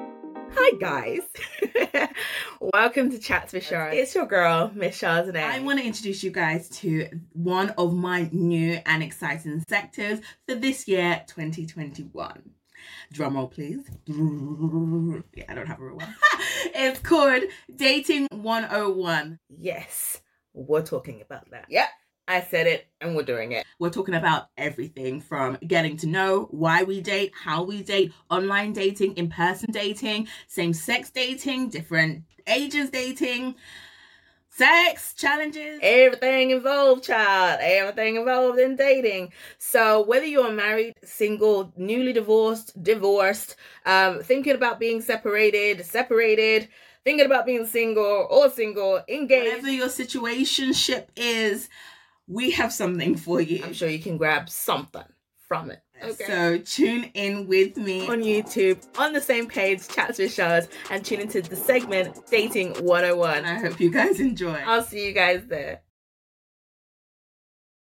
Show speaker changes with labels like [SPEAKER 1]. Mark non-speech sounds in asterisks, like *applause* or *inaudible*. [SPEAKER 1] Hi, guys.
[SPEAKER 2] *laughs* Welcome to Chats with Sharon.
[SPEAKER 1] It's your girl, Miss Chardonnay.
[SPEAKER 2] I want to introduce you guys to one of my new and exciting sectors for this year, 2021. Drum roll, please. *laughs* Yeah, I don't have a real one. *laughs* it's called Dating 101.
[SPEAKER 1] yes, we're talking about that.
[SPEAKER 2] Yep.
[SPEAKER 1] I said it and we're doing it.
[SPEAKER 2] We're talking about everything from getting to know why we date, how we date, online dating, in person dating, same sex dating, different ages dating, sex challenges.
[SPEAKER 1] Everything involved, child. Everything involved in dating. So, whether you're married, single, newly divorced, divorced, um, thinking about being separated, separated, thinking about being single or single, engaged,
[SPEAKER 2] Whatever your situationship is, we have something for you.
[SPEAKER 1] I'm sure you can grab something from it.
[SPEAKER 2] So tune in with me.
[SPEAKER 1] on YouTube, on the same page, Chats with Shaz, and tune into the segment Dating
[SPEAKER 2] and
[SPEAKER 1] 101.
[SPEAKER 2] I hope you guys enjoy.
[SPEAKER 1] I'll see you guys there.